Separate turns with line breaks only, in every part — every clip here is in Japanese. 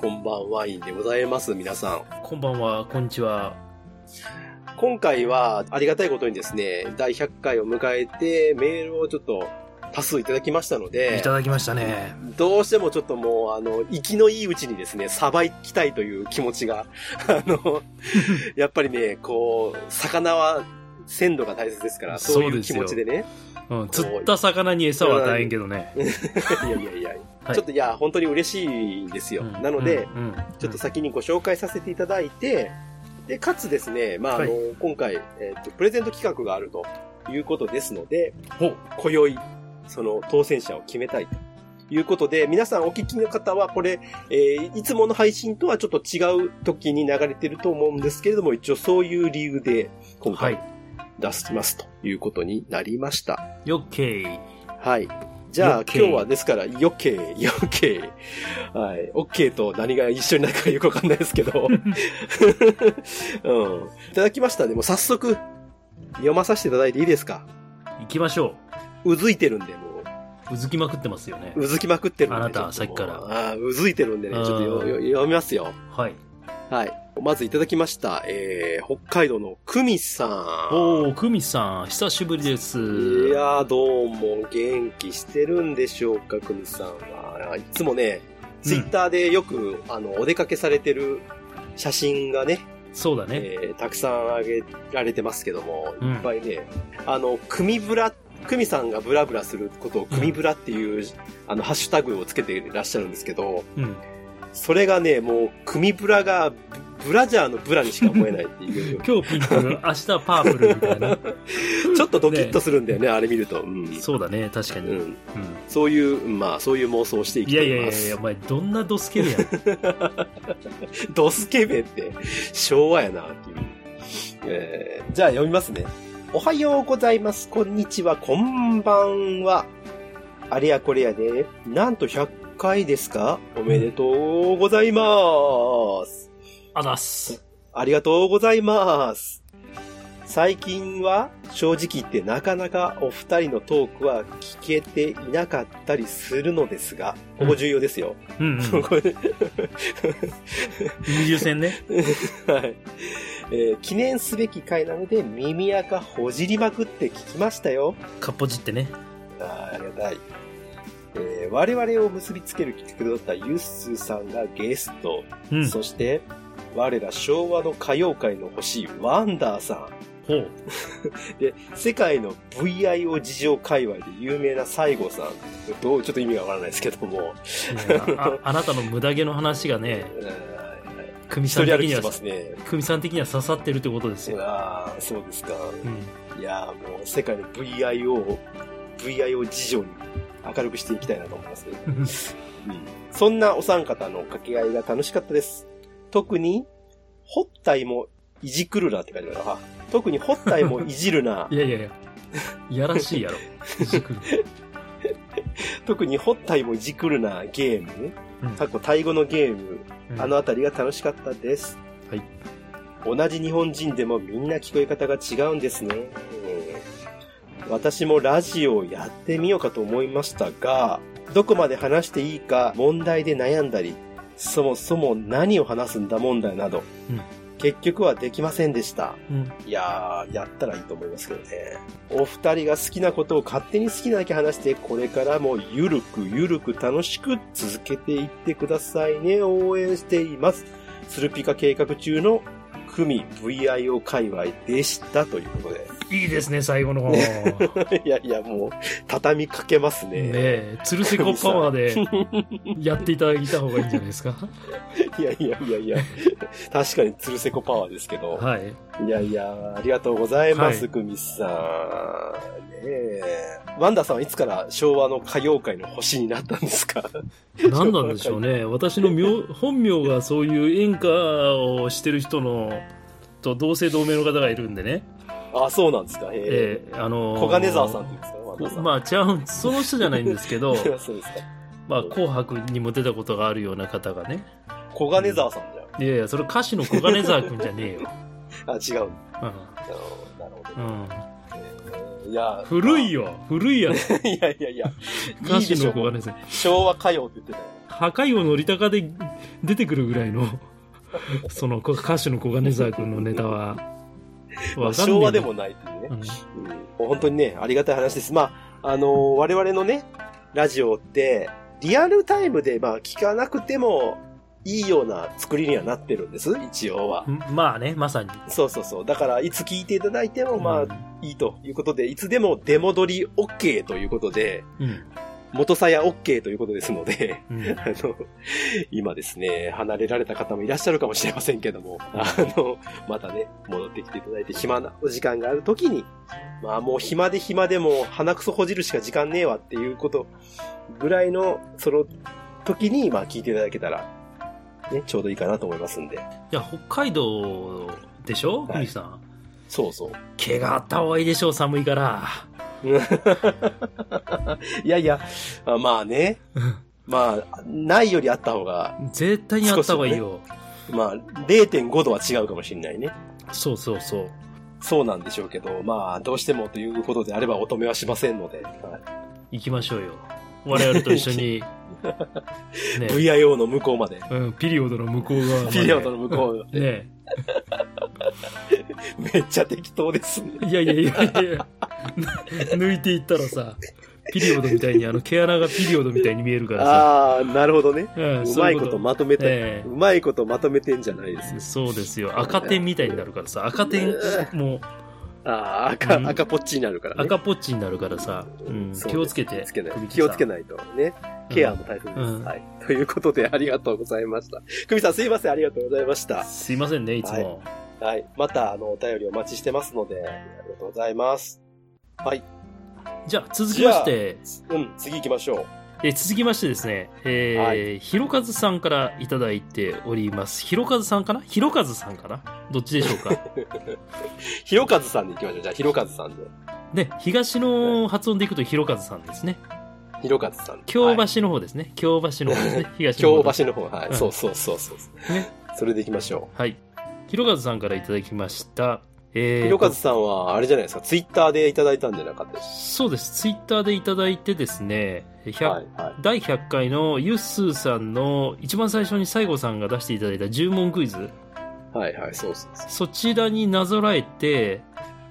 こんばんワインでございます、皆さん。
こんばんは、こんにちは。
今回は、ありがたいことにですね、第100回を迎えて、メールをちょっと多数いただきましたの
い
で
た、だきましたね。
どうしてもちょっともう、あの、生きのいいうちにですね、さばきたいという気持ちが、 あの、やっぱりね、こう、魚は鮮度が大切ですから、そういう気持ちでね。
うん、釣った魚に餌は大変けどね。
いやいやいや、
はい
ちょっといや、本当に嬉しいんですよ。
うん
なので、、
うん
ちょっと、先にご紹介させていただいて、で、かつですね、まあ、あの、今回、えっと、プレゼント企画があるということですので、
うんほう
今宵、その当選者を決めたいということで、皆さんお聞きの方は、これ、えーいつもの配信とはちょっと違う時に流れてると思うんですけれども、一応そういう理由で、今
は
回
い。
出しますということになりました。
よっけー。
はい。じゃあ、
よっけー
今日はですから、よけー、よけー。はい。オッケーと何が一緒になるかよくわかんないですけど。うん。いただきましたね。もう早速、読まさせていただいていいですか
行きましょ
うずいてるんで、も
う。うずきまくってますよね
う。。うずきまくってるんで。
あなた
ちょともう
さっきから
ああ、うずいてるんでね。ちょっとよよ読みますよ。
はい。
はい。まずいただきました。えー、北海道の久美さん。
おー、久美さん、久しぶりです。
いやー、どうも元気してるんでしょうか、久美さんは。いつもね、ツイッターでよく、あの、お出かけされてる写真がね、
そうだね。
えーたくさんあげられてますけども、
うん
いっぱいね、あの、組ブラ、組さんがブラブラすることを組ブラっていう、あの、ハッシュタグをつけていらっしゃるんですけど、
うん。
それがね、もう、組ブラが、ブブラジャーのブラにしか思えないって いう、
今日ピンク、明日パープルみたい な。
ちょっとドキッと
ね
するんだよね、あれ見ると。うん。
そうだね、確かに。
う
うん
んそういう、まあ、そういう妄想をしていき
い
た
や
いと思いま
いやいや
す。
いや、お前、どんなドスケベやん。
ドスケベって、昭和やな、君。えーじゃあ読みますね。おはようございます。こんにちは。こんばんは。あれやこれやで、なんと100回ですかおめでとうございます。
あだっす。
ありがとうございます。最近は正直言ってなかなかお二人のトークは聞けていなかったりするのですが、ここ重要ですよ。
うん、うん。
これ
二重線ね。
はい。えー記念すべき回なので、耳垢ほじりまくって聞きましたよ。
かっぽじってね。
あーありがたい。えー我々を結びつける企画だったユッスーさんがゲスト、
うん。
そして、我ら昭和の歌謡界の星、ワンダーさん。
ほう。
で、世界の VIO 事情界隈で有名な西郷さん。どう、ちょっと意味がわからないですけども。
ああなたの無駄毛の話がね、
えー
久美
一
さん
人
的
歩き
に
し
は
てま、すね。
久美さん的には刺さってるってことですよ。
ああ、そうですか。
うん、
いやーもう世界の VIO を、VIO 事情に明るくしていきたいなと思いますね。うん、そんなお三方の掛け合いが楽しかったです。特に、ホッタイもいじくるなって感じだな。特にホッタイもいじるな
い。やいやいや、いやらしいやろ。いじくる
特にホッタイもいじくるなゲーム、
うん
過去タイ語のゲーム、
うん
あのあたりが楽しかったです。
はい。
同じ日本人でもみんな聞こえ方が違うんですね。うん私もラジオをやってみようかと思いましたが、どこまで話していいか問題で悩んだり、そもそも何を話すんだ問題など、
うん
結局はできませんでした。
うん
いやー、やったらいいと思いますけどね。お二人が好きなことを勝手に好きなだけ話して、これからもゆるくゆるく楽しく続けていってくださいね。応援しています。スルピカ計画中の組 VIO 界隈でしたということで。
いいですね、最後の方。ね
いやいや、もう、畳みかけますね。
え、つるせこパワーでやっていただいた方がいいんじゃないですか。
いやいやいやいや、確かにつるせこパワーですけど。
はい。
いやいや、ありがとうございます、
はい
久美さん。ねえ。ワンダさんはいつから昭和の歌謡界の星になったんですか
何なんでしょうね。私の名本名がそういう演歌をしてる人の、と同姓同名の方がいるんでね。
あ、そうなんですか。ええ
ええあのー
小金沢さんって言うんですか、ワンダさん。
まあ、ちゃうん、その人じゃないんで すけど、
あ、そうですか。
まあ、紅白にも出たことがあるような方がね。
小金沢さんじ
いやいや、それ歌手の小金沢くんじゃねえよ。
ゃん。あ、違うん
う
だ。なるほど。
ん。うん
いや、
古い
よ。
よ。古いやろ。
いやいやいや、い
歌
いで
手
し
の
ょ
小金沢。
昭和歌謡って言ってたよ。
破壊王のりたかで出てくるぐらいの そのこ歌手の小金沢君のネタは
まあ
わかんねえ
昭和でもないというね
う。ん
うん本当にね、ありがたい話です。まあ、あのー我々のね、ラジオって、リアルタイムで、まあ、聞かなくてもいいような作りにはなってるんです、一応は。
まあねまさに
そうそうそう。だから、いつ聞いていただいても、ま
うん
あ、いいということで、いつでも出戻り OK ということで、
うん
元さや OK ということですので、
うん
あの、今ですね、離れられた方もいらっしゃるかもしれませんけども、あの、またね、戻ってきていただいて、暇なお時間があるときに、まあもう暇で暇でも鼻くそほじるしか時間ねえわっていうことぐらいの、その時に、まあ聞いていただけたら、ね、ちょうどいいかなと思いますんで。
いや北海道でしょ
はい
ふみさん
そうそう。
毛があった方がいいでしょう寒いから
いやいや、あまあね、まあ、ないよりあった方が、
絶対にあった方がいいよ、
まあ0.5度は違うかもしれないね。
そうそうそう
そうなんでしょうけど、まあ、どうしてもということであればお止めはしませんので、は
行きましょうよ我々と一緒 に
い、
ね
VIO の向こうまで、
うん、ピリオドの向こう側まで
ピリオドの向こうまで
ね
めっちゃ適当ですね。
いやいやいやいや抜いていったらさピリオドみたいにあの毛穴がピリオドみたいに見えるからさ
ああ、なるほどね。
うん
う
そ
ま
うい
いうこと
こ
まとめ
と
て、
え
うまいことまとめてんじゃないです
えそうですよ赤点みたいになるからさ赤点もう
ああ、赤、
うん
赤ポッチになるからね。
赤ポッチになるからさ、うん、
そうです
気をつけて
気をつけない。気をつけ
ない
ないとね。ケアも大切です。
うん
はい。ということで、ありがとうございました。久美さん、すいません、ありがとうございました。
すいませんねいつも、
はい。また、あの、お便りお待ちしてますので、ありがとうございます。はい。
じゃあ続きまして
うん、次行きましょう。
えー続きましてですね、えー
は
ひろかずさんからいただいております。ひろかずさんかなひろかずさんかなどっちでしょうか
ひろかずさんで行きましょう。じゃあ、ひろかずさんで。
ね、東の発音でいくとひろかずさんですね。
ひろかずさん。
京
はい
橋の方ですね。京橋の方ですね。 東の
京
方。
橋の方、はい。
うん
そうそうそうそう。
ね
それで行きましょ
はい。ひろかずさんからいただきました。
う。
えー
ひろかずさんは、あれじゃないですか、ツイッターでいただいたんじゃなかったでし
そうです。ツイッターでいただいてですね、
た
100
はい、はい。
第100回のユッスーさんの一番最初に西郷さんが出していただいた10問クイズ。
はい、はい、そうそうそう。
そちらになぞらえて、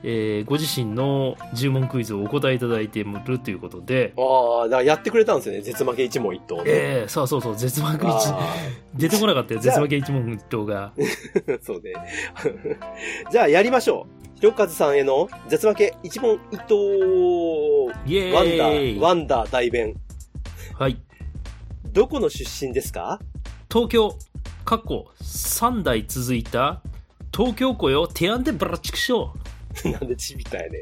えーご自身の10問クイズをお答えいただいてるということで、
ああ、だからやってくれたんですよね。絶負け一問一答で。
えー、そうそうそう、絶幕一、
あ
出てこなかったよ、
じゃあ
絶幕一問一答が。
ー そうね。じゃあ、やりましょう。ひろかずさんへの絶負け一問一答。
イエーイ
ワンダー、ワンダー大弁。
はい。
どこの出身ですか
東京、過去3代続いた、東京湖よ、テアンテブラチクショ
なんでちびたやね。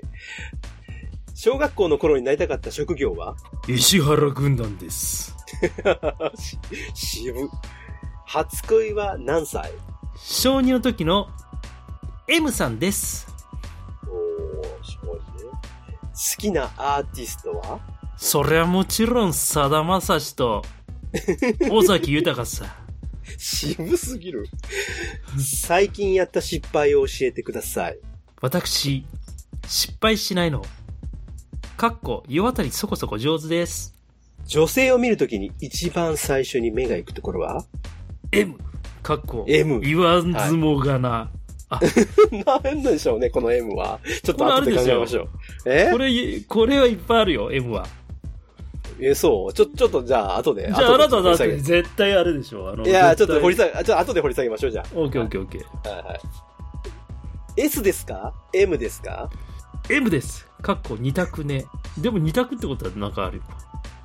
小学校の頃になりたかった職業は
ー。石原軍団です。
し渋。初恋は何歳
小2の時の M さんです。
おー、すごいね。好きなアーティストは
そりゃもちろん、さだまさしと、尾崎豊さん。
渋すぎる。最近やった失敗を教えてください。
私、失敗しないの。かっこ、世渡りそこそこ上手です。
女性を見るときに一番最初に目が行くところは
M。かっこ、
M
言わんずもがな。
なんでしょうね、この M は。ちょっと後で考えましょう。え
これ、これはいっぱいあるよ、M は。
え、そうちょ、ちょっとじゃあ後で。
じゃあ、あ
後で
なただっ
掘
て
り下
絶対あれでしょ。あの
げいや、ちょっと掘り
下
下げ、あちょっと後で掘り下げましょう、じゃあ。
げ。オッケーオッケーオッケー。
はいはい。S ですか ?M ですか
M です。かっこ、二択ね。でも二択ってことはなんかあるよ。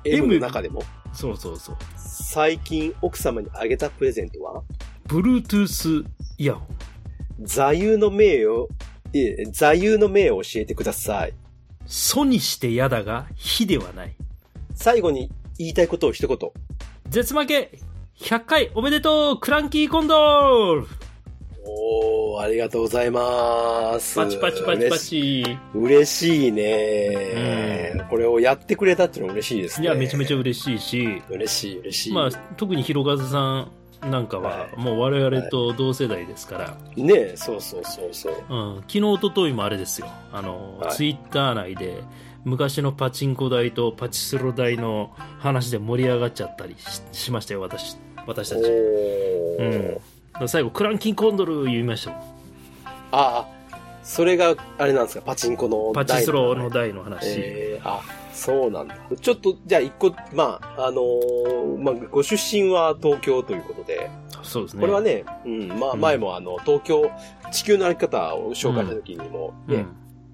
M
?M の中でも
そうそうそう。
最近奥様にあげたプレゼントは
Bluetooth イヤホン。
座右の銘を、いえ、座右の銘を教えてください。
ソにして嫌だが、非ではない。
最後に言いたいことを一言。
絶負け !100 回おめでとうクランキーコンドル
おー、ありがとうございます。
パチパチパチパチ。
嬉し。嬉しいね、これをやってくれたっていうのは嬉しいです
い
ね。
や、めちゃめち
ゃ。
ゃ嬉しいし、
嬉しい、嬉しい。
まあ、特にひろかずさんなんかは
は、
もう我々と同世代ですから、
ねえ、そうそうそうそう。
うん、昨日、一昨日もあれですよ、あの、
はい
ツイッター内で、昔のパチンコ台とパチスロ台の話で盛り上がっちゃったりししましたよ、私私た
お
ち、う
ー
ん、最後クランキンコンドル言いましたもん
ああ、それが、あれなんですか、パチンコの
パチスロの
台
台の話、
えーあ、そうなんだ。ちょっと、じゃあ一個、まあ、あのーまあ、ご出身は東京ということで、
そうですね
これはね、うん、まあ、
うん
前もあの、東京、地球の歩き方を紹介した時にも、
う
ね、
ん、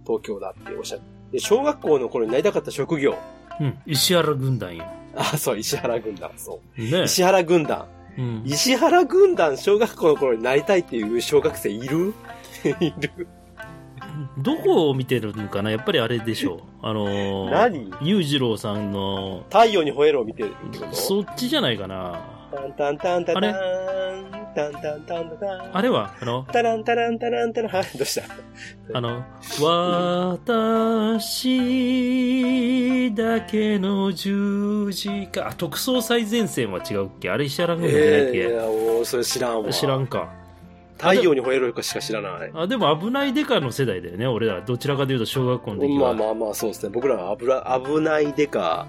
東京だっておっしゃって、で小学校の頃になりたかった職業。
うん、石原軍団よ
あ、そう、石原軍団、そう。
ね
石原軍団。
うん、
石原軍団、小学校の頃になりたいっていう小学生いるいる
どこを見てるのかなやっぱりあれでしょうあのー
何
裕次郎さんの
太陽に吠えろを見てるってこと
そっちじゃないかな
タンタンタンタン
あれ
タンタンタンタンタン
あれはあの
タランタランタランタラン はいどうした
あの、私だけの十字架、あ特捜最前線は違うっけあれ石原軍団じゃないっ
い
け、
やおーそれ知らんわ
知らんか。
太陽に吠えろかしか知らない
あ、でも危ないデカの世代だよね、俺ら。どちらかというと小学校の時
ま
は。
あまあまあそうですね僕らは危な危ないでか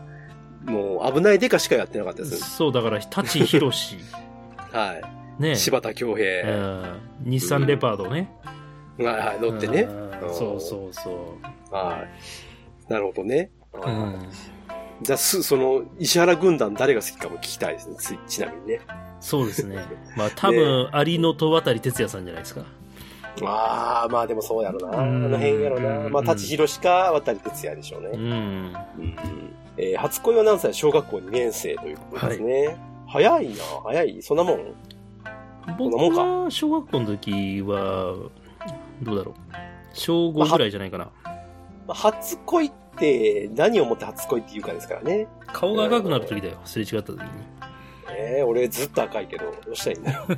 もう危ないでかしかやってなかったです
そう、だから、舘ひ ろし、
は
ね
い。柴田恭
え
平
ー日産レパードね。
はいはい乗ってね
うんそうそうそ
はいなるほどね
う。うん。
じゃあすその石原軍団誰が好きかも聞きたいですねついちなみに ね
そうですね。まあ多分、ありの戸渡哲也さんじゃないですか。
ああ、まあでもそうやろな。あ
うん
の辺やろな。まあ、
うん
舘ひろしか渡哲也でしょう
う
ね。
ん。
うんえー初恋は何歳小学校2年生ということですね。早いな、早い。そんなもん。
僕
こんな
は小学校の時はどうだろう小5ぐらいじゃないかな、
まあ初恋って何をもって初恋っていうかですからね。
顔が赤くなる時だよすれ違った時に
えー、俺ずっと赤いけど、どうしたらいいんだろ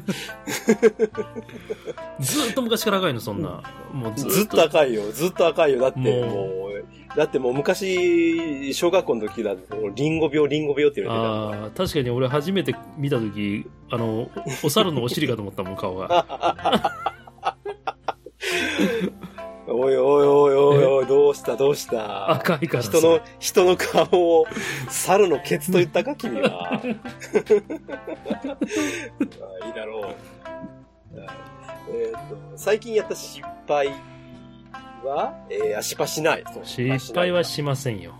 ずーっと昔から赤いのそんな、もう
う。
ず
ずっと赤いよ、ずっと赤いよ。だってもう、
も
だってもう昔、小学校の時だと、リンゴ病、リンゴ病って言われてた。
ああ確かに俺初めて見た時あのおお猿のお尻かと思ったもん顔が
おいおいおいおいおい、どうしたどうした
赤いからさ
人の、人の顔を、猿のケツと言ったか、君 は。あいいだろう。えっ、と、最近やった失敗は、えー、あ失敗しない。そう
失敗はしませんよ、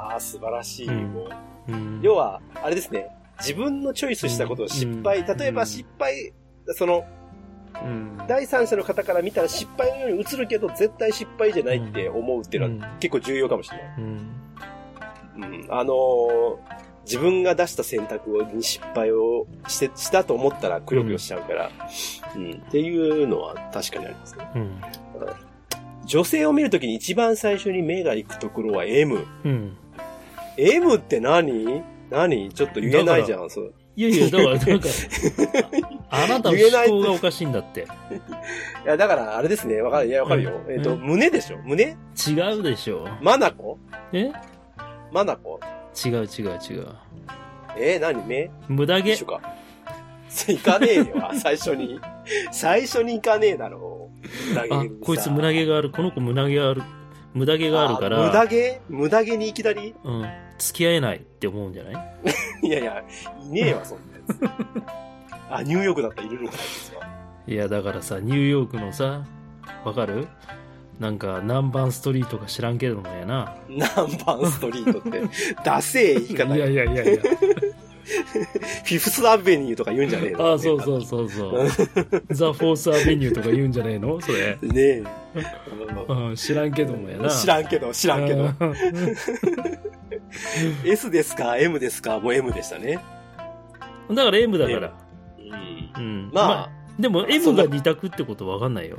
ああ、素晴らしい。
うん
もう
うん、
要は、あれですね、自分のチョイスしたことを失敗、
うん
例えば失敗、その、
うん、
第三者の方から見たら失敗のように映るけど、絶対失敗じゃないって思うっていうのは、結構重要かもしれない。
うん
うん、あのー自分が出した選択に失敗をしてしたと思ったらくよくよしちゃうから、うんっていうのは確かにありますね。
うん
女性を見るときに一番最初に目が行くところは M。
うん、
M って何何ちょっと言えないじゃん。そう
いやいやだからな んかああなたの
言えない
思考がおかしいんだって
いや、だからあれですね。わかる。いや、わかるよ。
うん
えっ、と、
うん
胸でしょ胸
違うでしょ
マナコ
え
マナコ
違う違う違う
えー、何目
無駄毛
一緒か。 それ行かねえよ。最初に。最初に行かねえだろう。胸毛
あ
にさ
こいつ胸毛があるこの子胸毛がある無駄毛があるか
あ
ら
無駄毛無駄毛にいきなり
うん、付き合えないって思うんじゃない
いやいや、いねえわ、そんなやつ。 あ、ニューヨークだったらいるのかないですよ。
いやだからさニューヨークのさわかるなんか南蛮ストリートか知らんけどもやな
南蛮ストリートって、 ダセえ言い
い
方。フ
やいやいやいや
ィフスアベニューとか言うんじゃねえの
あそうそうそ うそうザ・フォース・アベニューとか言うんじゃねえのそれ、
ねえ。
うん、知らんけどもやな
知らんけど、知らんけど。
うん
S ですか ?M ですかもう M でしたね。
だから M だから、
うん
うん、
ま
あでも
そ
M
んな
が2択ってことわかんないよ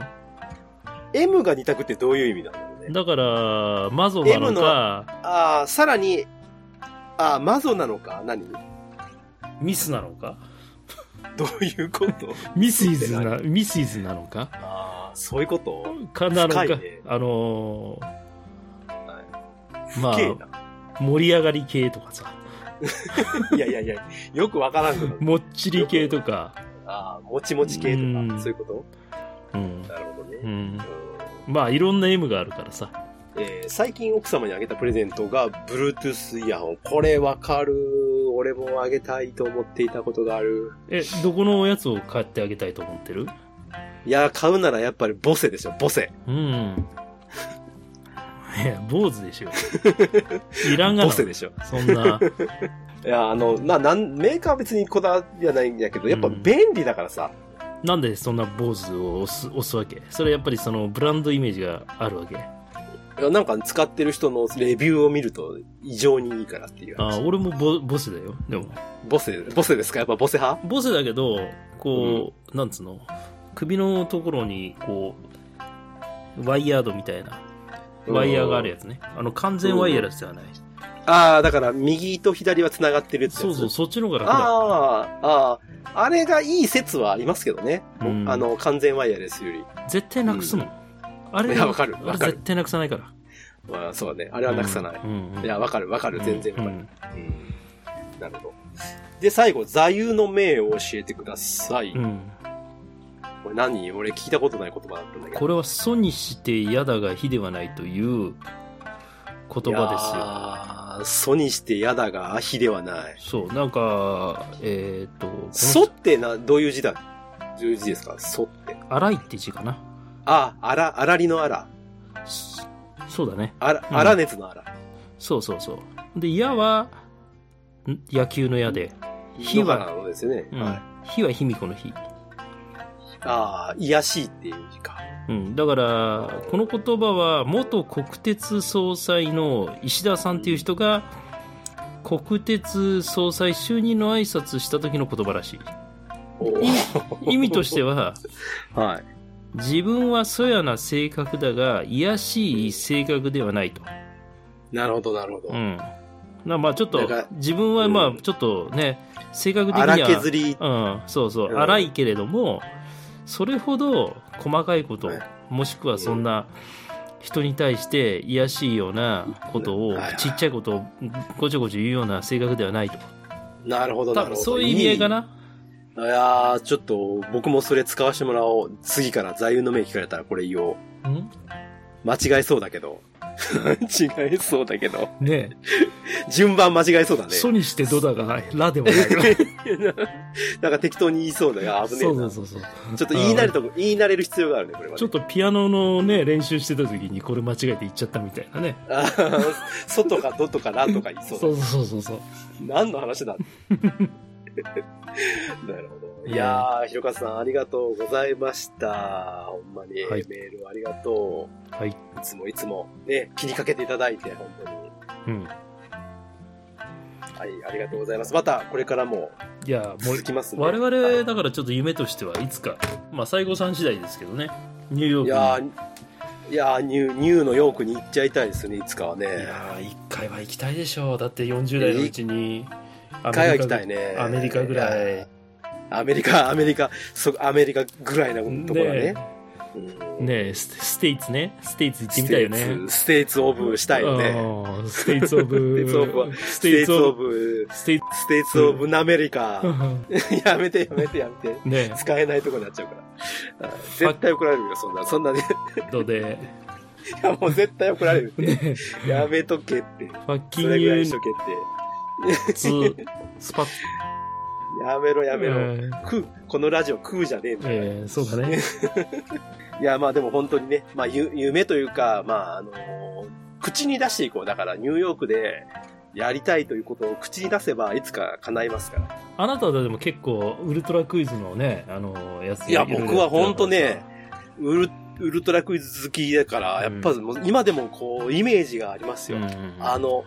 M が二択ってどういう意味なんだろうね。
だからマゾな
M
の
の
か
ああ、さらに、ああ、マゾなのか何
ミスなのか
どういうこと
ミスイズな、ミスイズなのか
ああ、そういうこと
かなのか、
深いね
あのーま
K
あ、盛り上がり系とかさ、
いやいやいや、よくわからんけど。
もっちり系とか、
ああ、もちもち系と
うん
か、そういうこ
うん
と。なるほどね。
う
うん
ん、まあ、いろんな M があるからさ、
えー最近奥様にあげたプレゼントが、Bluetooth イヤホン。これわかる。俺もあげたいと思っていたことがある。
え、どこのおやつを買ってあげたいと思ってる
いや、買うならやっぱりボセでしょ、ボセ。
うん。いや、坊主で しょ。いらんがな。
ボセでしょ。
そんな。
いや、あの、な、なん、メーカーは別にこだわりはないんだけど、やっぱ
うん
便利だからさ。
なんでそんな坊主を押す押すわけそれやっぱりそのブランドイメージがあるわけ
いやなんか使ってる人のレビューを見ると異常にいいからっていう
あ
話。
俺もボボスだよでも
ボセ、ボセですかやっぱボセ派
ボスだけどこう、なんつうの首のところにこうワイヤードみたいなワイヤーがあるやつねあの完全ワイヤレスではない、
ああ、だから右と左は繋がってるってやつ
そうそうそっちの方が楽だ
ああ、ああ、あれがいい説はありますけどね。
うん
あの、完全ワイヤレスより。
絶対なくすもん、あれ
いやわかる
あ
わ
れ
かる
絶対なくさないから
まあ、そうね。あれはなくさない。
うんうんうん
いや、わかるわかる。全然わか
う
る。
ん
うんなるほど。で、最後、座右の銘を教えてください。
うん
これ何俺聞いたことない言葉だったんだけど。
これは「祖にして嫌だが非ではない」という言葉ですよ
ですよ。ソにしてやだがアヒではない。
そう、なんか、えーっと、この
ソってな、どういう字だどういう字ですかソって。
荒いって字かな。
あ、あら、あらりのあら。
そそうだね。
あら、あら熱のあら。
そうそうそう。で、矢は、ん野球の矢で、火は
の花のですよね。
うん
はい。
火は卑弥呼の火。
ああ、癒やしいっていう字 か。
うん、だから、この言葉は、元国鉄総裁の石田さんっていう人が、国鉄総裁就任の挨拶した時の言葉 らしい。
おー
意味意味としては、
はい。
自分はそやな性格だが、癒やしい性格ではないと。
なるほど、なるほど。
うん。なまあちょっ
な
と
んか、
自分はま
う
あ
ん
ちょっとね、性格的には。
荒削り。
うん、そうそうう。
ん
荒いけれども、それほど細かいこと
はい、
もしくはそんな、人に対して癒やしいようなことを
はいはい、
ちっちゃいことをごちょごちょ言うような性格ではないと。
なるほど、な
多
るほど。
分そういう意味合いかな。
い。いやー、ちょっと、僕もそれ使わせてもらおう。次から座右の銘聞かれたらこれ言おう。
うん
間違えそうだけど。 間違えそうだけど。
ね
順番間違えそうだね。
にしてドだが、ラでもない
なんか適当に言いそうだが、危ねえ
そ
な。
うそうそうそう。
ちょっと言い慣れたこ、言い慣れる必要があるね、これはね、
ちょっとピアノのね、練習してた時にこれ間違えて言っちゃったみたいなね。
あー。外かどとかなんとか言いそうだ
そうそうそうそう。
何の話 だなるほど。いやー、ひろかさんありがとうございました。ほんまに、
はい
メールありがとう。
はい。
いつもいつもね、気にかけていただいて、本当に。
うん。
はい、ありがとうございます。また、これからも
いや、もう
続、きますね。
我
はい
々、だからちょっと夢としてはいつか、まあ、西郷さん次第ですけどね、ニュー
い
ヨーク
や
に。
ー、いやーニュー、ニューのヨークに行っちゃいたいですね、いつかはね。
いやー、一回は行きたいでしょう。だって40代のうちに、一
一回は行きたい。ね。
アメリカぐ
い
ら
や
い。
ー。アメリカ、アメリカ、そ、アメリカぐらいのところはね。
え
うん
ねえスステイツね。ステイツ行ってみたいよ
ステ
ね
イ。ツステイツオブしたいよね。
うんステイツオブ
ステイツオブは、
ス
ステ
テ
イ
イ
ツ
ツ
オ
オブ。
ブ、
ステイツ
ステイツオブナメリカ。 やめてやめてやめて。
ね
使えないとこになっちゃうから。あ絶対怒られるよ、そんな。そんなね。
え、どうで、
いや、もう絶対怒られるって。
ねえ、
やめとけって。
ファッ
そ
キン
れぐらい
ユ
にしと
ー
けって。
ツ、スパッ、
やめろやめろ。
え
食う、このラジオ食うじゃねえん
え
だよ。
ええそうだね。
いや、まあでも本当にね、まあゆ夢というか、まああのー口に出していこう。だからニューヨークでやりたいということを口に出せばいつか叶いますから。
あなたはでも結構ウルトラクイズのね、あの、やつ
いや、
ろろ
僕は
ってたから
本当ね、ウルウルトラクイズ好きだから、やっぱもう今でもこう、イメージがありますよ。
うんうん
あの、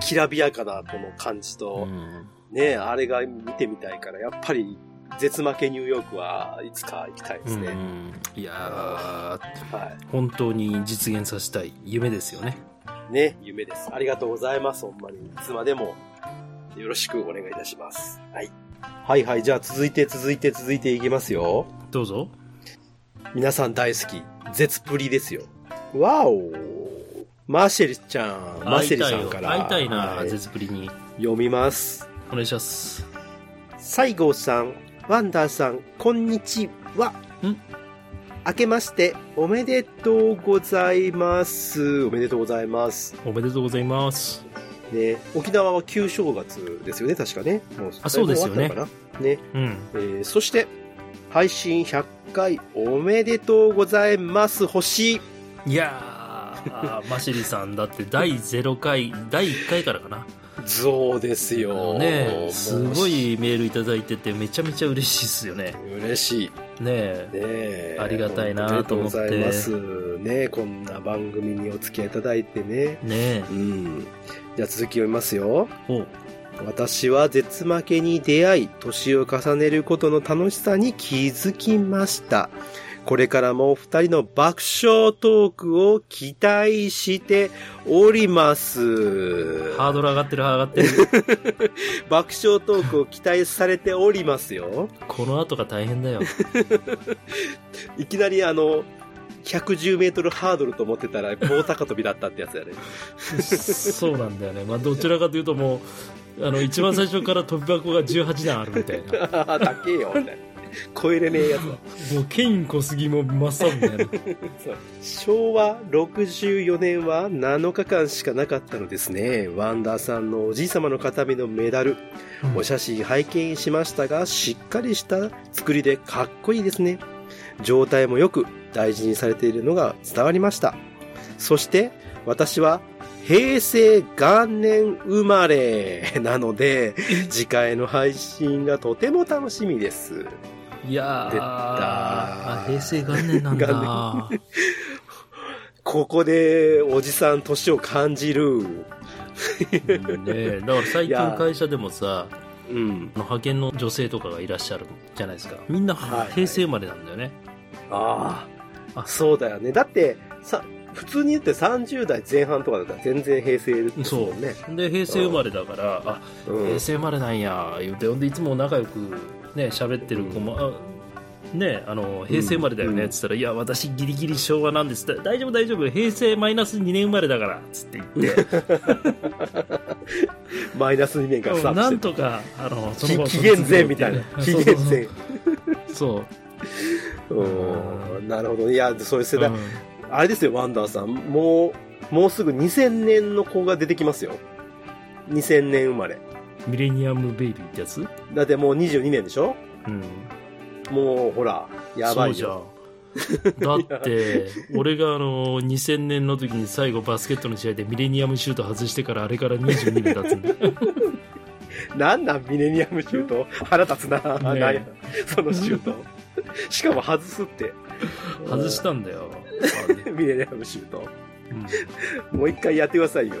きらびやかなこの感じ
う
と、
ん
ね、あれが見てみたいから、やっぱり、絶負けニューヨークはいつか行きたいです
う
ね。
んいや
は
ー本当に実現させたい夢ですよね
い。ね、夢です。ありがとうございます。ほんまに。いつまでも、よろしくお願いいたします。はい。はいはい。じゃあ、続いて続いて続いていきますよ。
どうぞ
皆さん大好き、絶プリですよ。わおマーシェリちゃん、マーシェリさんから。
会いたいよ会いたいな、
はい
絶プリに
読みます。
お願いします
西郷さん、ワンダーさん、こんにちは。
ん
明けまして、おめでとうございます。おめでとうございます。
おめでとうございます
ね、沖縄は旧正月ですよね、確かね。もう
あそうですよ
だ
ね
いぶ終わったのかなね、
うん。
えーそして、配信100回おめでとうございます、星。
いやー、 マシリさんだって第0回、第1回からかな。
ゾウですよ。も
ね
う
すご。いメールいただいててめちゃめちゃ嬉しいっすよね。
嬉しい。
ねえ。
ねえ
ありがたいなと思って
ありがとうございます。ねこんな番組にお付き合いいただいてね。
ね
うん。じゃあ続き読みますよ。
え。ほう。
私は絶負けに出会い、年を重ねることの楽しさに気づきました。これからもお二人の爆笑トークを期待しております。
ハードル上がってる、上がってる。
爆笑トークを期待されておりますよ。
この後が大変だよ。
いきなりあの、110メートルハードルと思ってたら棒高跳びだったってやつだね。
そうなんだよね。まあ、どちらかというともう、あの、一番最初から飛び箱が18段あるみたいな。
ああ、 高えよ、みたいな。 超えれねえやつだ。
もう、ケイン小杉も真っ青みたいな。
そう昭和64年は7日間しかなかったのですねワンダーさんのおじい様の形見のメダルお写真拝見しましたがしっかりした作りでかっこいいですね状態もよく大事にされているのが伝わりましたそして私は平成元年生まれ なので次回の配信がとても楽しみです
いやー
出たー
あ平成元年なんだ。
ここでおじさん年を感じる
うんね、だから最
いや
近
ー
会社でもさ、
うん
あの派遣の女性とかがいらっしゃるじゃないですか。みんな
はいはい
平成生まれなんだよね。
ああ
あ
そうだよねだってさ普通に言って30代前半とかだったら全然平成ですもんね
で、平成生まれだから、あ、
う、ん
平、成生まれなんや、言うて、ほんで、いつも仲良くね、喋ってる子も、あね、あの、平成生まれだよね、
うん
つったら、いや、私ギリギリ昭和なんですって、大丈夫大丈夫、平成マイナス2年生まれだから、つって言って、
マイナス2年からスタート
な
し
ん
て
とか、あの、
き紀元前みたいな 紀元前
前。そう。
うんなるほどねいやそういう世代、
うん
あれですよワンダーさんもうもうすぐ2000年の子が出てきますよ2000年生まれ
ミレニアムベイビーってやつう
だってもう22年でしょ
ん。
もうほらやばいよ
そうじゃん。だって、 俺があの、2000年の時に最後バスケットの試合でミレニアムシュート外してからあれから22年経つんだ よ。
なんなんミレニアムシュート腹立つな、なんやそのシュー トしかも外すって
外したんだよ。
ミレニアムシュート
うん
もう一回やってくださいよ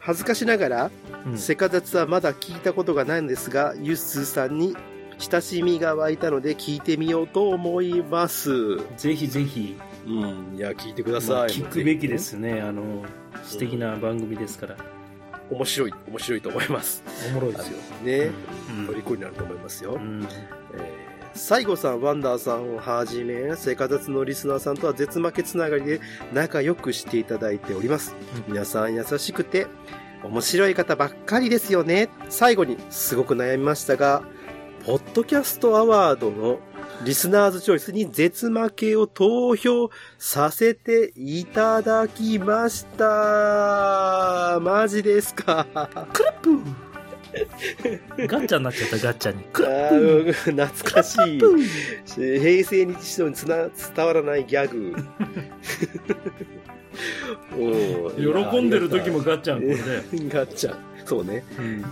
恥ずかしながら
うん
セカザツはまだ聞いたことがないんですがユッスーさんに親しみが湧いたので聞いてみようと思いますう
ぜひぜひ、
んいや聞いてくだ
ま
さ
あ
い、
聞くべきですね。あの、素敵な番組ですから。
面白い面白いと思います
おもろいで
です
す
よ
よ。
ね、
うん
虜になると思いますよ、
うん
えー西郷さん、ワンダーさんをはじめ、生活雑のリスナーさんとは絶負けつながりで仲良くしていただいております。
う
皆さん優しくて、面白い方ばっかりですよね。最後に、すごく悩みましたが、ポッドキャストアワードのリスナーズチョイスに絶負けを投票させていただきました。マジですか。
クラップガッチャになっちゃった、ガッチャに。クラ
あ
ッ
ー懐かしい。
プ
平成日常につな伝わらないギャグ おー
喜んでる時もガッチャンこれだよ。
ガッチャそうね、
うん
うん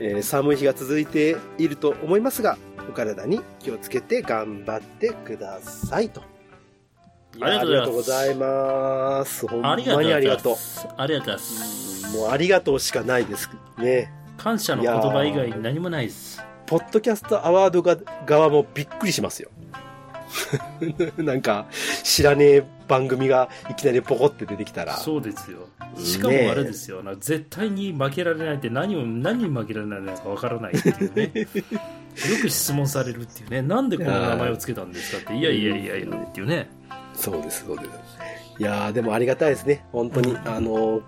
えー寒い日が続いていると思いますがお体に気をつけて頑張ってくださいとや
ありがとうござい
ます
あ
あり
り
が
が
とうございますほんまにあ
とうござ
り
い
が
ま
とう
す。ありがとうございます。
もうありがとうしかないですね
感謝の言葉以外に何もないです。
ポッドキャストアワードが側もびっくりしますよ。 なんか、知らねえ番組がいきなりポコって出てきたら。
そうですよ。しかもあれですよ、な絶対に負けられないって何を何に負けられないのかわからないっていうね。よく質問されるっていうね、なんでこの名前をつけたんですかって、いやいやいやいやっていうね。
そうです、そうです。いやー、でもありがたいですね。本当に。あのー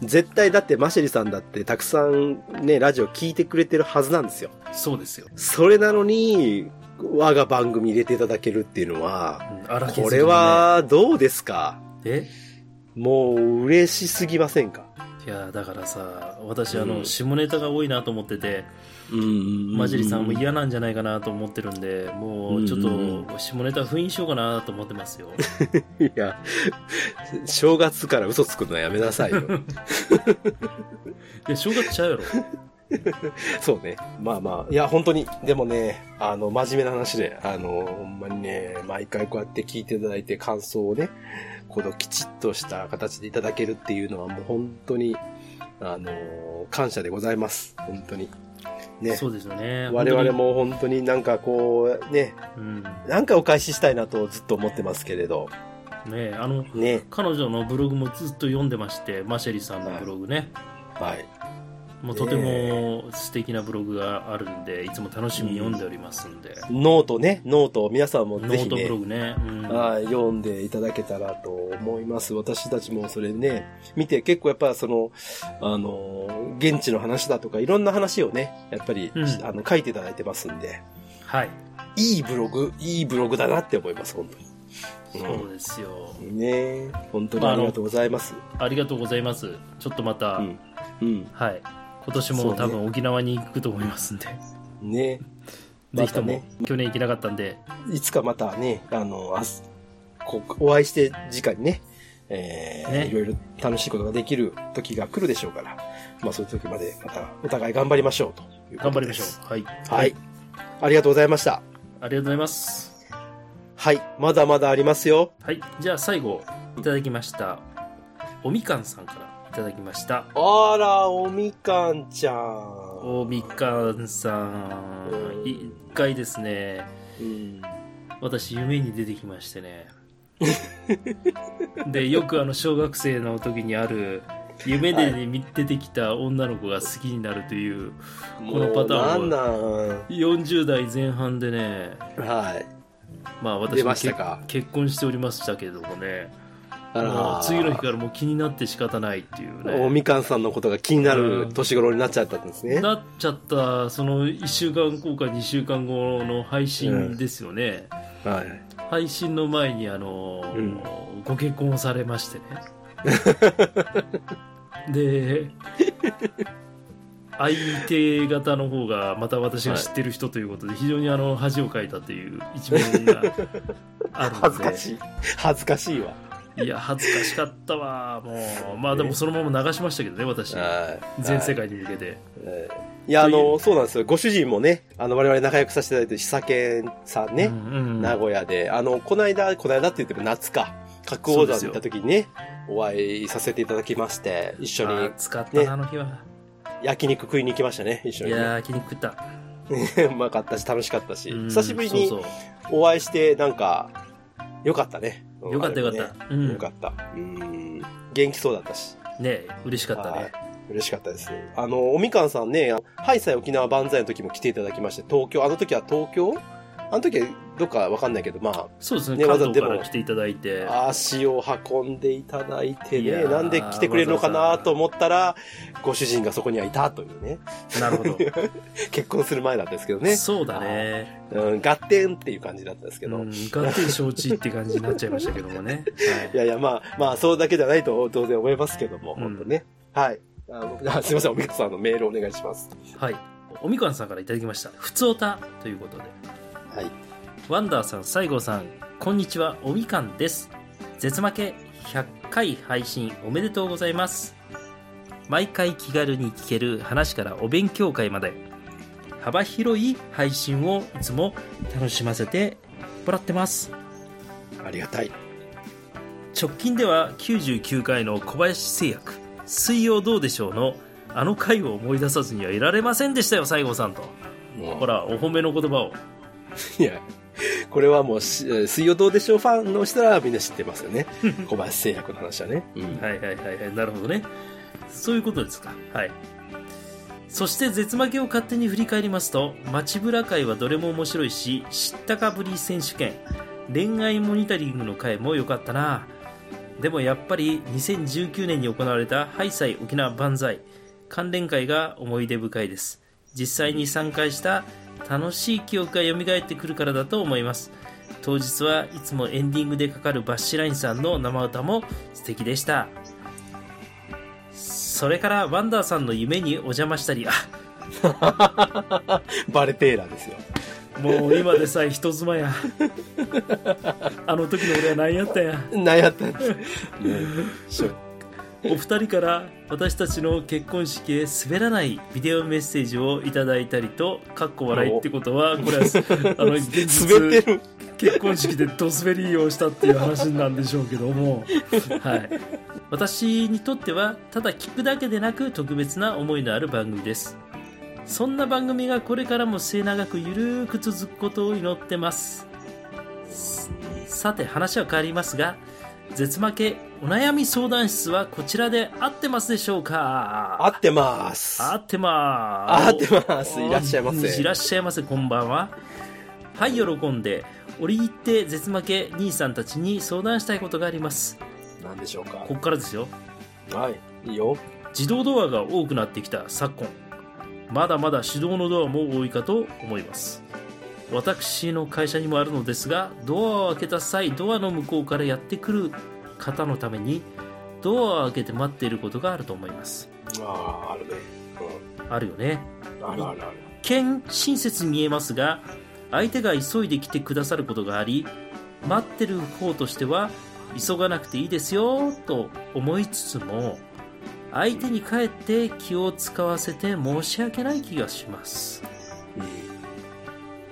絶対だってマシェリさんだってたくさんね、ラジオ聞いてくれてるはずなんですよ。
そうですよ。
それなのに、我が番組入れていただけるっていうのは、
うん荒削りね
これはどうですか
え
もう嬉しすぎませんか
いやーだからさ私あ
う
の
ん
下ネタが多いなと思ってて、
うん
まじりさんも嫌なんじゃないかなと思ってるんでもうちょっと下ネタ封印しようかなと思ってますよ
いや、正月から嘘つくのはやめなさいよ。
いや正月ちゃうやろ
そうね。まあまあ。いや、本当に。でもね、あの、真面目な話で、あの、ほんまにね、毎回こうやって聞いていただいて感想をね、このきちっとした形でいただけるっていうのはもう本当に、あの、感謝でございます。本当に。ね。
そうですよね
我々、も本当になんかこう、ね、
本当にうん、ね
なんかお返ししたいなとずっと思ってますけれど、
えあの
ね。
彼女のブログもずっと読んでましてマシェリさんのブログね、
はい。
もうとても素敵なブログがあるんでいつも楽しみに読んでおりますんで、
ノートね、ノートを皆さんも
ノ
ぜひ
ート
ね
ブ、ログね、うん、
はい、読んでいただけたらと思います。私たちもそれね、見て結構やっぱその、あの、現地の話だとかいろんな話をね、やっぱり、
うん
あの書いていただいてますんで、
はい
いいブログ、いいブログだなって思います、本当に。
そうですよ
うん、ね本当にありがとうございます。
ありがとうございますちょっとまた、
うん。うん。
はい今年も多分沖縄に行くと思いますんで、
ねまたね
ぜひとも、去年行けなかったんで
いつかまたね、あの、あすこお会いして直にね、えー
ね
いろいろ楽しいことができる時が来るでしょうから、まあそういう時までまたお互い頑張りましょうというこ
頑
とで
張りましょ
す
うはい、
はい。ありがとうございました。
ありがとうございます
はい。まだまだありますよ。
はいじゃあ最後いただきましたおみかんさんからいただきました
あら、おみかんちゃん。
おみかんさん一回ですね
うん。
私夢に出てきまし てねでよくあの小学生の時にある夢でねみ出てきた女の子が好きになるというこのパターン
もう
40代前半でね
なんなん。はい。
まあ
出
私も
ました
結
か。
結婚しておりましたけどもね
あ
も
ら
う。次の日からもう気になって仕方ないっていう
お
ね
みかんさんのことが気になる年頃になっちゃったんですね。
なっちゃったその1週間後か2週間後の配信ですよね、
はい。
配信の前にあの、
うん
ご結婚をされま してねで相手方の方がまた私が知ってる人ということで非常にあの恥をかいたという一面があるので
恥ずかしい。恥ずかしいわ。
いや恥ずかしかったわもうまあでもそのまま流しましたけどね私
はい
全世
界。
界に向けて
えーいや、あの、そうなんですよ。ご主人もね、あの、我々仲良くさせていただいてる久健さんね、
うんうん
名古屋で、あの、こないだ、こないだって言っても夏か、角王山に行った時にね、お会いさせていただきまして、一緒
あ
に
ー使った
ね
なあの日は
焼肉食いに行きましたね、一緒
い
にね。
やー気に食った
うまかったし、楽しかったし、
うん
久しぶりに
そう
お会いして、なんか、よかったね。
そうよかった
あ
よか
れ
っ
も
たう
ね
ん
よかった。うん。元気そうだったし。
ね嬉しかった
はい
ね
嬉しかったです。あの、おみかんさんね、ハイサイ沖縄万歳の時も来ていただきまして、東京、あの時は東京あの時はどっかわかんないけど、ま
そうですね
ね
関
わ
東
ざ
か
で
ら
も
来ていただいて
あ、足を運んでいただいて
いや
ね、
ー
なんで来てくれるのか
わざわ
な
ざ
と思ったら、ご主人がそこにはいたというね、
なるほど、
結婚する前なんですけど ね、
そうだね
うん、合点っていう感じだったんですけど、
うん
い
がっつり承知って感じになっちゃいましたけどもね、はい、
や いや、まあ、まあ、そうだけじゃないと当然思いますけども、
うん
本当ね。はい。あのあ すいません、おみかんさんのメールお願いします。
はい、おみかんさんからいただきました「ふつおた」ということで
はい。
ワンダーさん西郷さんこんにちはおみかんです絶負け100回配信おめでとうございます毎回気軽に聞ける話からお勉強会まで幅広い配信をいつも楽しませてもらってます
ありがたい。
直近では99回の小林製薬水曜どうでしょうのあの回を思い出さずにはいられませんでしたよ西郷さんと
もう
ほらお褒めの言葉を
いや、これはもうし、えー水曜どうでしょうファンの人はみんな知ってますよね。 小林製薬の話はね。うん
はいはいはいはいなるほどねそういうことですかはいそして絶負けを勝手に振り返りますと街ブラ会はどれも面白いし知ったかぶり選手権恋愛モニタリングの会も良かったなでもやっぱり2019年に行われたハイサイ沖縄万歳関連会が思い出深いです実際に参加した楽しい記憶が蘇ってくるからだと思います当日はいつもエンディングでかかるバッシュラインさんの生歌も素敵でしたそれからワンダーさんの夢にお邪魔したりあ
バレテーラですよ。
もう今でさえ人 妻やあの時の俺は何やったや
何や ったんですね
お二人から私たちの結婚式へ滑らないビデオメッセージをいただいたりとかっこ笑いってことはこれは あの現実
滑ってる。
結婚式でドスベリをしたっていう話なんでしょうけども、はい、私にとってはただ聞くだけでなく特別な思いのある番組ですそんな番組がこれからも末永くゆるーく続くことを祈ってますささて話は変わりますが絶負けお悩み相談室はこちらで合ってますでしょうか
合ってます。
合ってまーす
合ってます。いらっしゃいま
うんい
せ。
らっしゃいませ、こんばんは。はい、喜んで。折り入って絶負け兄さんたちに相談したいことがあります。
なんでしょうか
こ。っからですよ。
はい。いいよ。
自動ドアが多くなってきた昨今。まだまだ手動のドアも多いかと思います。私の会社にもあるのですが、ドアを開けた際、ドアの向こうからやってくる方のために、ドアを開けて待っていることがあると思います。
ああ、あるね。
あるよね。
うん。あるあるある。
一見親切に見えますが相手が急いで来てくださることがあり待ってる方としては急がなくていいですよと思いつつも相手にかえって気を使わせて申し訳ない気がします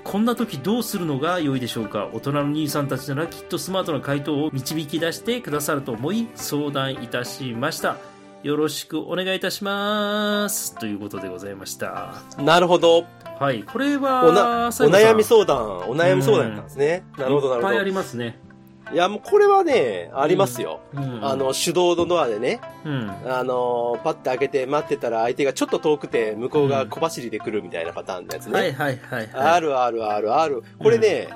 こんな時どうするのが良いでしょうか大人の兄さんたちならきっとスマートな回答を導き出してくださると思い相談いたしましたよろしくお願いいたしますということでございました
うんなるほど。
はいこれ
おな、
は
お
西郷さん
悩み相談、お悩み相談なんですね。なるほど、
いっ
な
ぱいあ
る
りますね。
ほど。いや、もうこれはね、ありますよ。
うん
あ、の、手動のドアでね、
うん。
あの、パッて開けて待ってたら相手がちょっと遠くて、向こうが小走りで来るみたいなパターンのやつね。
はいはいはい、は
あ
い。
るあるあるある。これね、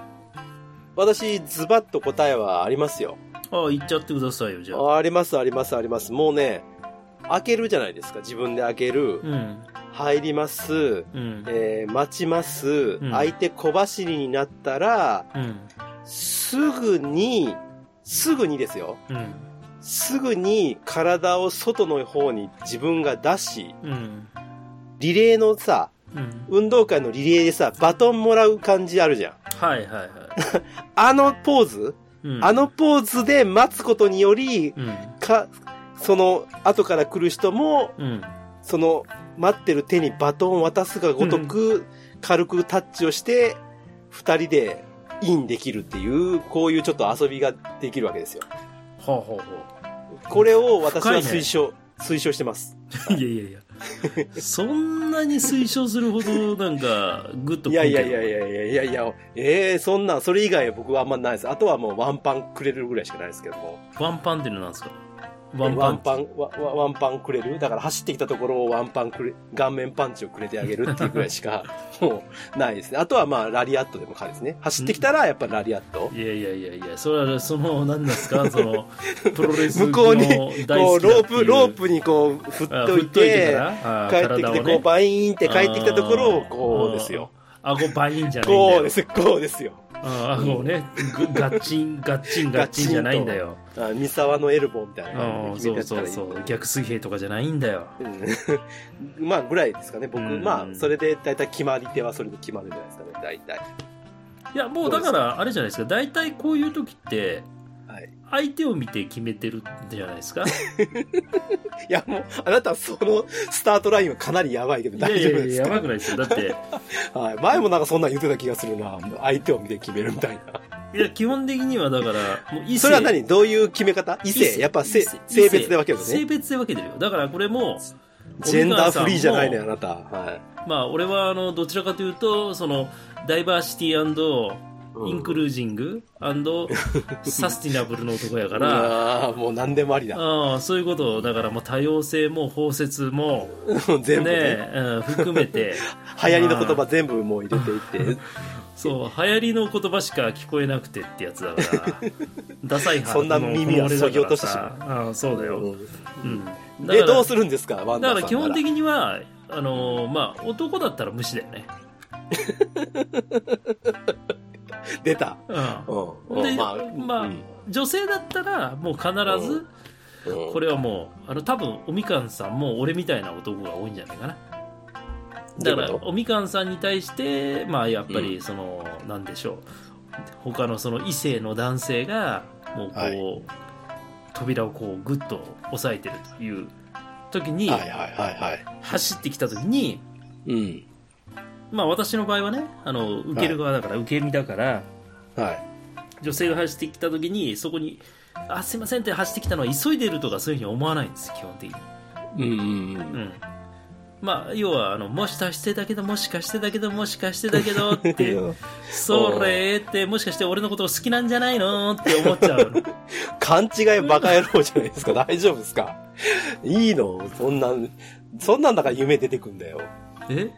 私、ズバッと答えはありますよ。
ああ、行っちゃってくださいよ、じゃあ。
ありますありますあります。もうね、開けるじゃないですか。自分で開ける。
うん。
入ります。
うん。
えー待ちます。
ん
相手小走りになったら、
うん。
すぐに、すぐにですよ。
うん。
すぐに体を外の方に自分が出し、
うん。
リレーのさ、
うん。
運動会のリレーでさ、バトンもらう感じあるじゃん。
はいはいはい。
あのポーズ
うん、
あ、のポーズで待つことにより、
うん。
か、その、後から来る人も、
うん。
その、待ってる手にバトンを渡すがごとく、軽くタッチをして、二人で、インできるっていう、こういうちょっと遊びができるわけですよ。
ほうほうほ
これを私は
深いね
推奨、推奨してます。
う。いやいやいや。そんなに推奨するほど、なんか、グッとくるけど
いやいやいやいやいやいやいや、ええそんなん、それ以外は僕はあんまないです。あとはもうワンパンくれるぐらいしかないですけども。
ワンパンっていうのなんですかワ
ワ
ン
ン
パ
パ
ン
ン。ワワワンパンくれるだから走ってきたところをワンパンくれ、顔面パンチをくれてあげるっていうぐらいし か、もう、ないですね。あとはまあ、ラリアットでもかですね。走ってきたら、やっぱラリアット。
いやいやいやいや、それは、その、何で すかその、プロレスの
向こうに、
大
こ
好
う、
きだ
ロー
っていう
プ、ロープにこう、振っ
あ
と
振
い
っといて
て
か、ら、あ
帰ってきて、
体を
こ
ね
う、バイーンって帰ってきたところを、こうですよ。。
あー顎バインじゃないんだよ。
こうです、こうですよ。
ああ、もうね、ぐガッチン、ガッチン、ガッチンじゃないんだよ。
あ三沢のエルボーみたいな
あ
感
あ
じで
そう
決
そ
め
う
てやった
そ
ら
う
い。い
逆水平とかじゃないんだよ。
うん まあ、ぐらいですかね。僕、
うん
まあ、それで、大体決まり手はそれで決まるじゃないですかね。大体。
いや、もうだから、あれじゃないですか。大体こういう時って、
はい。
相手を見て決めてるんじゃないですか。
いや、もう、あなた、その、スタートラインはかなりやばいけど、
い や
大
い
丈
や
夫で
いや、
す
や
か
ばくないですよ。だって、
はい。前もなんかそんなん言ってた気がするな。もう相手を見て決めるみ たいな。
いや、基本的にはだから、もう異性。
それは何どういう決め方異性やっぱ性、
異
性別で分けるの
性
ね。
別で分けてるよ。だからこれも、
ジェンダーフリーじゃないの
ね
よ、あなた。はい。
まあ、俺は、あの、どちらかというと、その、ダイバーシティインクルージング サスティナブルの男や
か
から、
ああ、もう何でもありだ。
ああそういうことをだからもう多様性も包摂も、
全部ね。
ねうん、含めて
流行りの言葉全部もう入れていって。
そう流行りの言葉しか聞こえなくてってやつだから ダサい派
そんな耳は削ぎ落としてしま
まうそうだよ、うん、だ
で、どう
か
するんですかワ
ら
ン
だ
ダー
か
さんな
ら基本的にはあのーまあ男だったら無視だよね、
出た。
う
うん
ん、で
うん
まあ、
うん
女性だったらもう必ず、
うん
これはもうあの多分おみかんさんも俺みたいな男が多いんじゃないかな
どう
だか
い
ら
うこと
おみかんさんに対してまあやっぱりその、なんでしょう他のその異性の男性がもうこう、
は
扉をこうグッと押さえてるという時に
はいはいはいは
走ってきた時に、
い。うん。
まあ私の場合はねあの受ける側だから、受け身だから
はい。
女性が走ってきた時にそこに「あすいません」って走ってきたのは急いでるとかそういうふうに思わないんです基本的に
うんうんうん。
うんまあ要はあの「もしかしてだけどもしかしてだけどもしかしてだけど」っ
ってい
て
う
「それ」ってもしかして俺のこと好きなんじゃないのって思っちゃう の
勘違いバカ野郎じゃない ですか。大丈夫ですかいいのそんなん、そんなんだから夢出てくんだよ。
え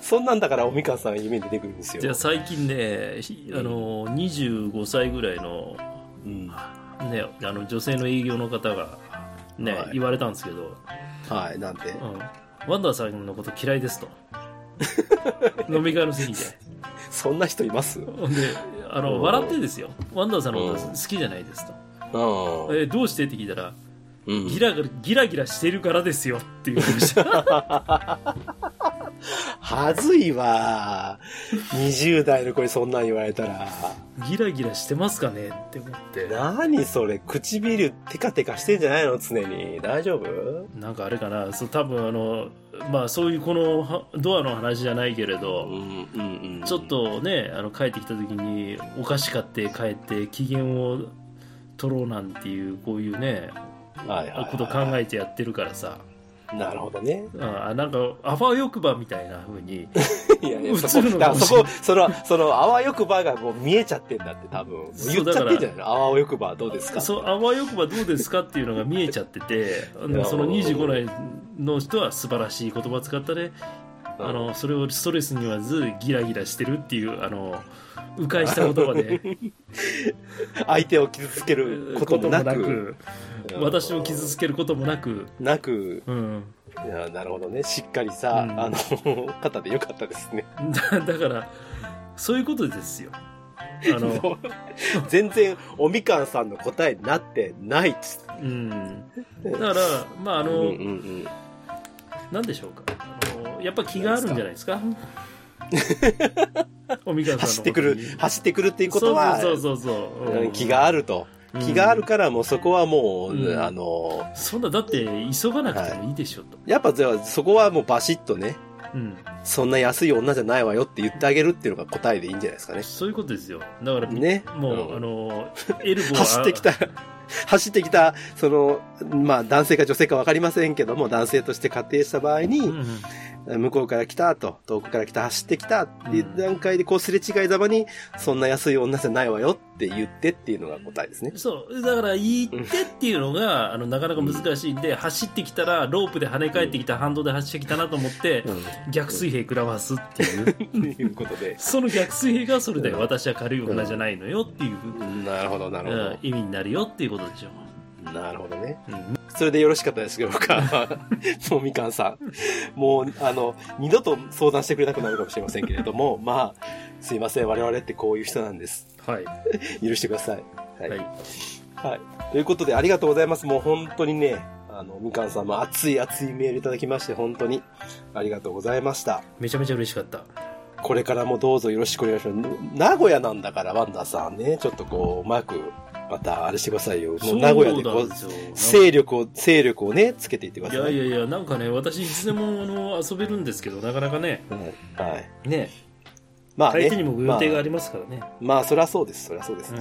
そんなんだからおみかんさん夢出てくるんですよ。
じゃあ最近ねひあの25歳ぐらいの,、
うん。
ね、あの女性の営業の方が、ね
はい
言われたんですけど、
はい、なんで
う。んワンダーさんのこと嫌いで すと飲み会の席で
そんな人いますうん。
ほんであ
う
の
ん
笑ってですよワンダーさんのこと好きじゃないですと、えーどうしてって聞いたら
うん
ギラギラギラしてるからですよって言われました
はずいわ。20代の子にそんなん言われたら。
ギラギラしてますかねって思って
何それ唇テカテカしてんじゃないの常に。大丈夫
なんかあれかなそう多分あのまあそういうこのはドアの話じゃないけれど、
んうんうん
ちょっ。とねあの帰ってきた時にお菓子買って帰って機嫌を取ろうなんていうこういうね
はいはいはいはい
こと考えてやってるからさ
なるほどね。
あなんかあわよくばみたいな風に
いやいや、
映
そこ、
るの
だか
からもし
そ
れ
こ
ない、
その、その、あわよくばがもう見えちゃってんだって多分。
そ
言
う
っ
だ
ち
か
ゃっ
ら
てんじゃないのあわよくばどうですか
そうあわよくばどうですかっていうのが見えちゃっててあのその25代の人は素晴らしい言葉使ったねあ、のそれをストレスに言わずギラギラしてるっていうあの迂回した言 葉で
相手を傷つけることもなく。うん
私を傷つけることもなく、
なく、
うん、
いやなるほどね。しっかりさ、
うん
あの、方でよかったですね。
だだからそういうことですよあの、
全然、おみかんさんの答えになってないっつって
うん、だからまああ
うん
の、
うんうん
なんでしょうかあのやっぱ気があるんじゃないですかおみかん
走
さんのことに
ってくる、走ってくるっていうことは、
そうそうそうそう、うん
気があると。気があるからもうそこはもう、
うん
あの、
そんなだって急がなくてもいいでしょと、
やっぱじゃあそこはもうバシッとね、
うん、
そんな安い女じゃないわよって言ってあげるっていうのが答えでいいんじゃないですかね。
そういうことですよだから、
ね。
もう、
ん
あのエルボーは
走って きた、走ってきた、その、まあ男性か女性かわかりませんけども、男性として仮定した場合
う
に、
ん
向こうから来たと、遠くから来た、走ってきたっていう
うん
段階でこうすれ違いざまに、そんな安い女じゃないわよって言ってっていうのが答えですね。
そうだから言ってっていうのがあのなかなか難しいんで、走ってきたらロープで跳ね返ってきた反動で走ってきたなと思って、逆水平食らわすっていう
と いうことで。
その逆水平がそれで
うん
私は軽い女じゃないのよって いう、
なるほど、な
う
る
ん、意味になるよっていうことでしょ
ほど。なるほどね。
う、
それでよろしかったですけど、僕 は、もうみかんさん。もう、あの、二度と相談してくれなくなるかもしれませんけれども、まあ、すいません、我々ってこういう人なんです。
はい、
許してください。はい。
は
はいい。ということで、ありがとうございます。もう本当にね、あの、みかんさんも熱い熱いメールいただきまして、本当にありがとうございました。
めちゃめちゃ嬉しかった
これからもどうぞよろしくお願いします。名古屋なんだから、ワンダーさんね、ちょっとこう、うまく、また、あれしてくださいよ。もう名古屋でこ
そう
う
なん、ですよ
勢力を、勢力をね、つけていってくだ
い
さ
やいやいやなんかね私いつでもあの遊べるんですけどなかなかね
はい。はい。
ね
まあね。
相手にも予定があ
ま
りますからね、
あ、まあ、そりゃそうです。そりゃそうです。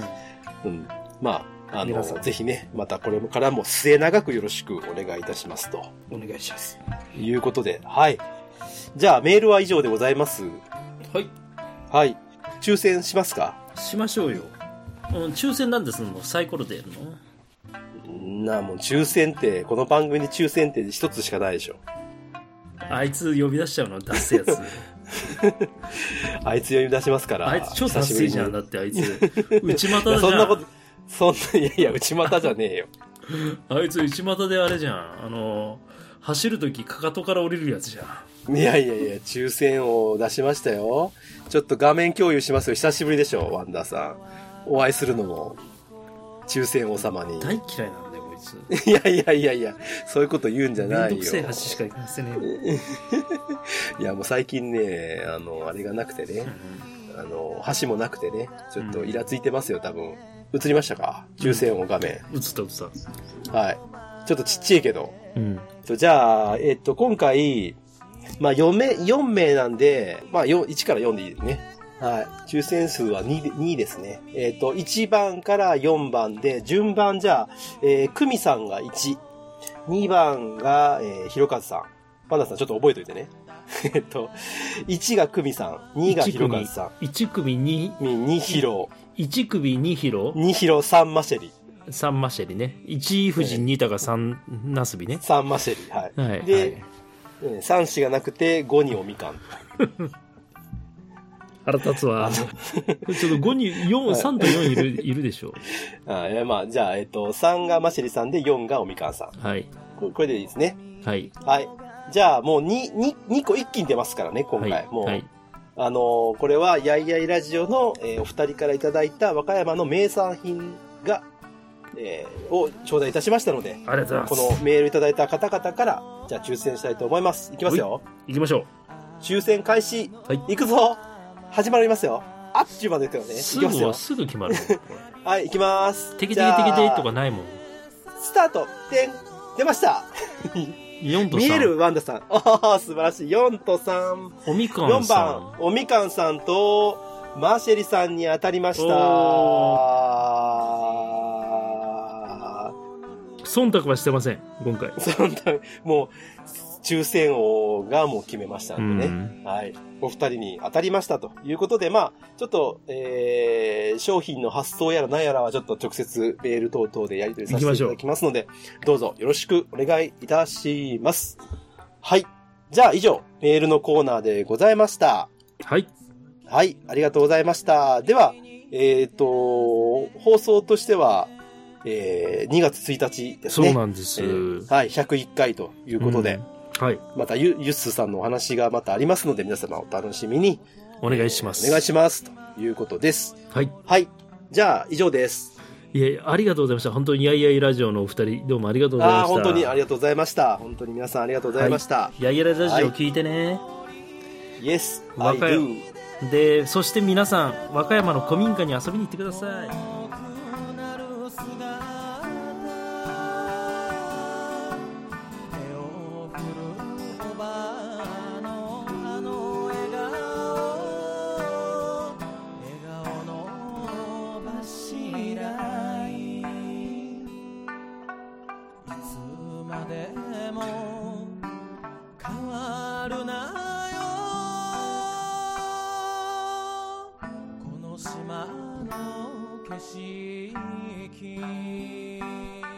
うん
うん。まあ、あ
皆
の
さん、
ぜひね、またこれからも末長くよろしくお願いいたします。と
お願いします
いうことで、はい。じゃあ、メールは以上でございます。
はい
はい。抽選しますか
しましょうよ、うん、抽選なんですのサイコロでやるの
なあ、もう抽選って、この番組に抽選って一つしかないでしょ。
あいつ呼び出しちゃうの出せやつ
あいつ呼び出しますから。
あいつ超達成じゃんだ
久し
ってあい
ぶ
つ内
りにい
股
や、そん
じゃ
なんこと、そんな、いやいや、内股じゃねえよ。
あいつ内股であれじゃんあの走るときかかとから降りるやつじゃ ん
いやいやいや、抽選を出しましたよ。ちょっと画面共有しますよ。久しぶりでしょ、ワンダーさん。お会いするのも、抽選王様に。
大嫌いなんだよこいつ。
いやいやいやいや、そういうこと言うんじゃ
めん
ない
ど
よ。
くせえ橋しか行かせねえよ。
いや、もう最近ね、あの、あれがなくてね、あの、橋もなくてね、ちょっとイラついてますよ、多分。映りましたか抽選音画面。
映った映った。
はい。ちょっとちっちゃいけど。
うん。
とじゃあ、えっと、今回、まあ、4名、4名なんで、まあ、よ1から4でいいですね。はい。抽選数は 2, で2ですね。えっ、と、1番から4番で、順番じゃあ、えー、久美さんが1、2番が、えー、ひろかずさん。パンダさん、ちょっと覚えといてね。 えっと、1が久美さん、2がひろかずさ
1組2、
ん、2ひろ、
1組2ヒロ、
2ひろ、3マシェリ、
3マシェリね。1富士2高3ナスビね。
3マシェリ、はい。
はい。
で、
はい
えー3子がなくて、5におみかん。
腹立つわ。ちょっと5に、4、3と4いる、いるでしょ
あいやまあ、じゃあ、えっと、3がマシェリさんで、4がおみかんさん。
う。はい。
ここれでいいですね。
はい。
はい。じゃあ、もう2、2、2個一気に出ますからね、今
は
回。
い。
もう、
はい。
あのーこれは、やいやいラジオの、えーお二人からいただいた和歌山の名産品が、えーを頂戴いたしましたので、
ありがとうご
こ
ざいま
の
す。
メールいただいた方々から、じゃあ抽選したいと思います。いきますよ。
行きましょ
抽選開始。
う。はい。
いくぞ始まりますよ。あっちゅうまでですからね。
す
いきます
ぐは
よ。
すぐ決まるもん。これ
はい、いきます。
テキテキテキ
じゃあ
テキとかないもん。
スタートでん出ました
4と3。
見えるワンダさん。ああ、素晴らしい。4と3。
おみかん
4
さ
番、おみかんさんと、マーシェリさんに当たりました。
ん。忖度はしてません、今回。
そんな、もう、抽選王がもう決めました
うん
でね。
ん。
はい。お二人に当たりましたということで、まあ、ちょっと、えー、商品の発送やら何やらはちょっと直接メール等々でやり取りさせていただきますので、どうぞよろしくお願いいたします。はい。じゃあ以上、メールのコーナーでございました。
はい。
はい、ありがとうございました。では、えっ、と、放送としては、えー、2月1日です
そ
ね。
うなんです。
えーはい、101回ということで、
うん。はい。
またゆ、ゆっすさんのお話がまたありますので、皆様お楽しみに。
お願いします。
お願いします。ということです。
はい。
はい。じゃあ、以上です。
いえ、ありがとうございました。本当にやいやいラジオのお二人、どうもありがとうございま
あ
した。
あー、本当にありがとうございました。本当に皆さんありがとうございました。
やいやいラジオ聞いてね。
yes,
わ
I
かる
do.
で、そして皆さん、和歌山の古民家に遊びに行ってください。
手を振るおばあのあの笑顔笑顔の柱にいつまでも変わるなよこの島の景色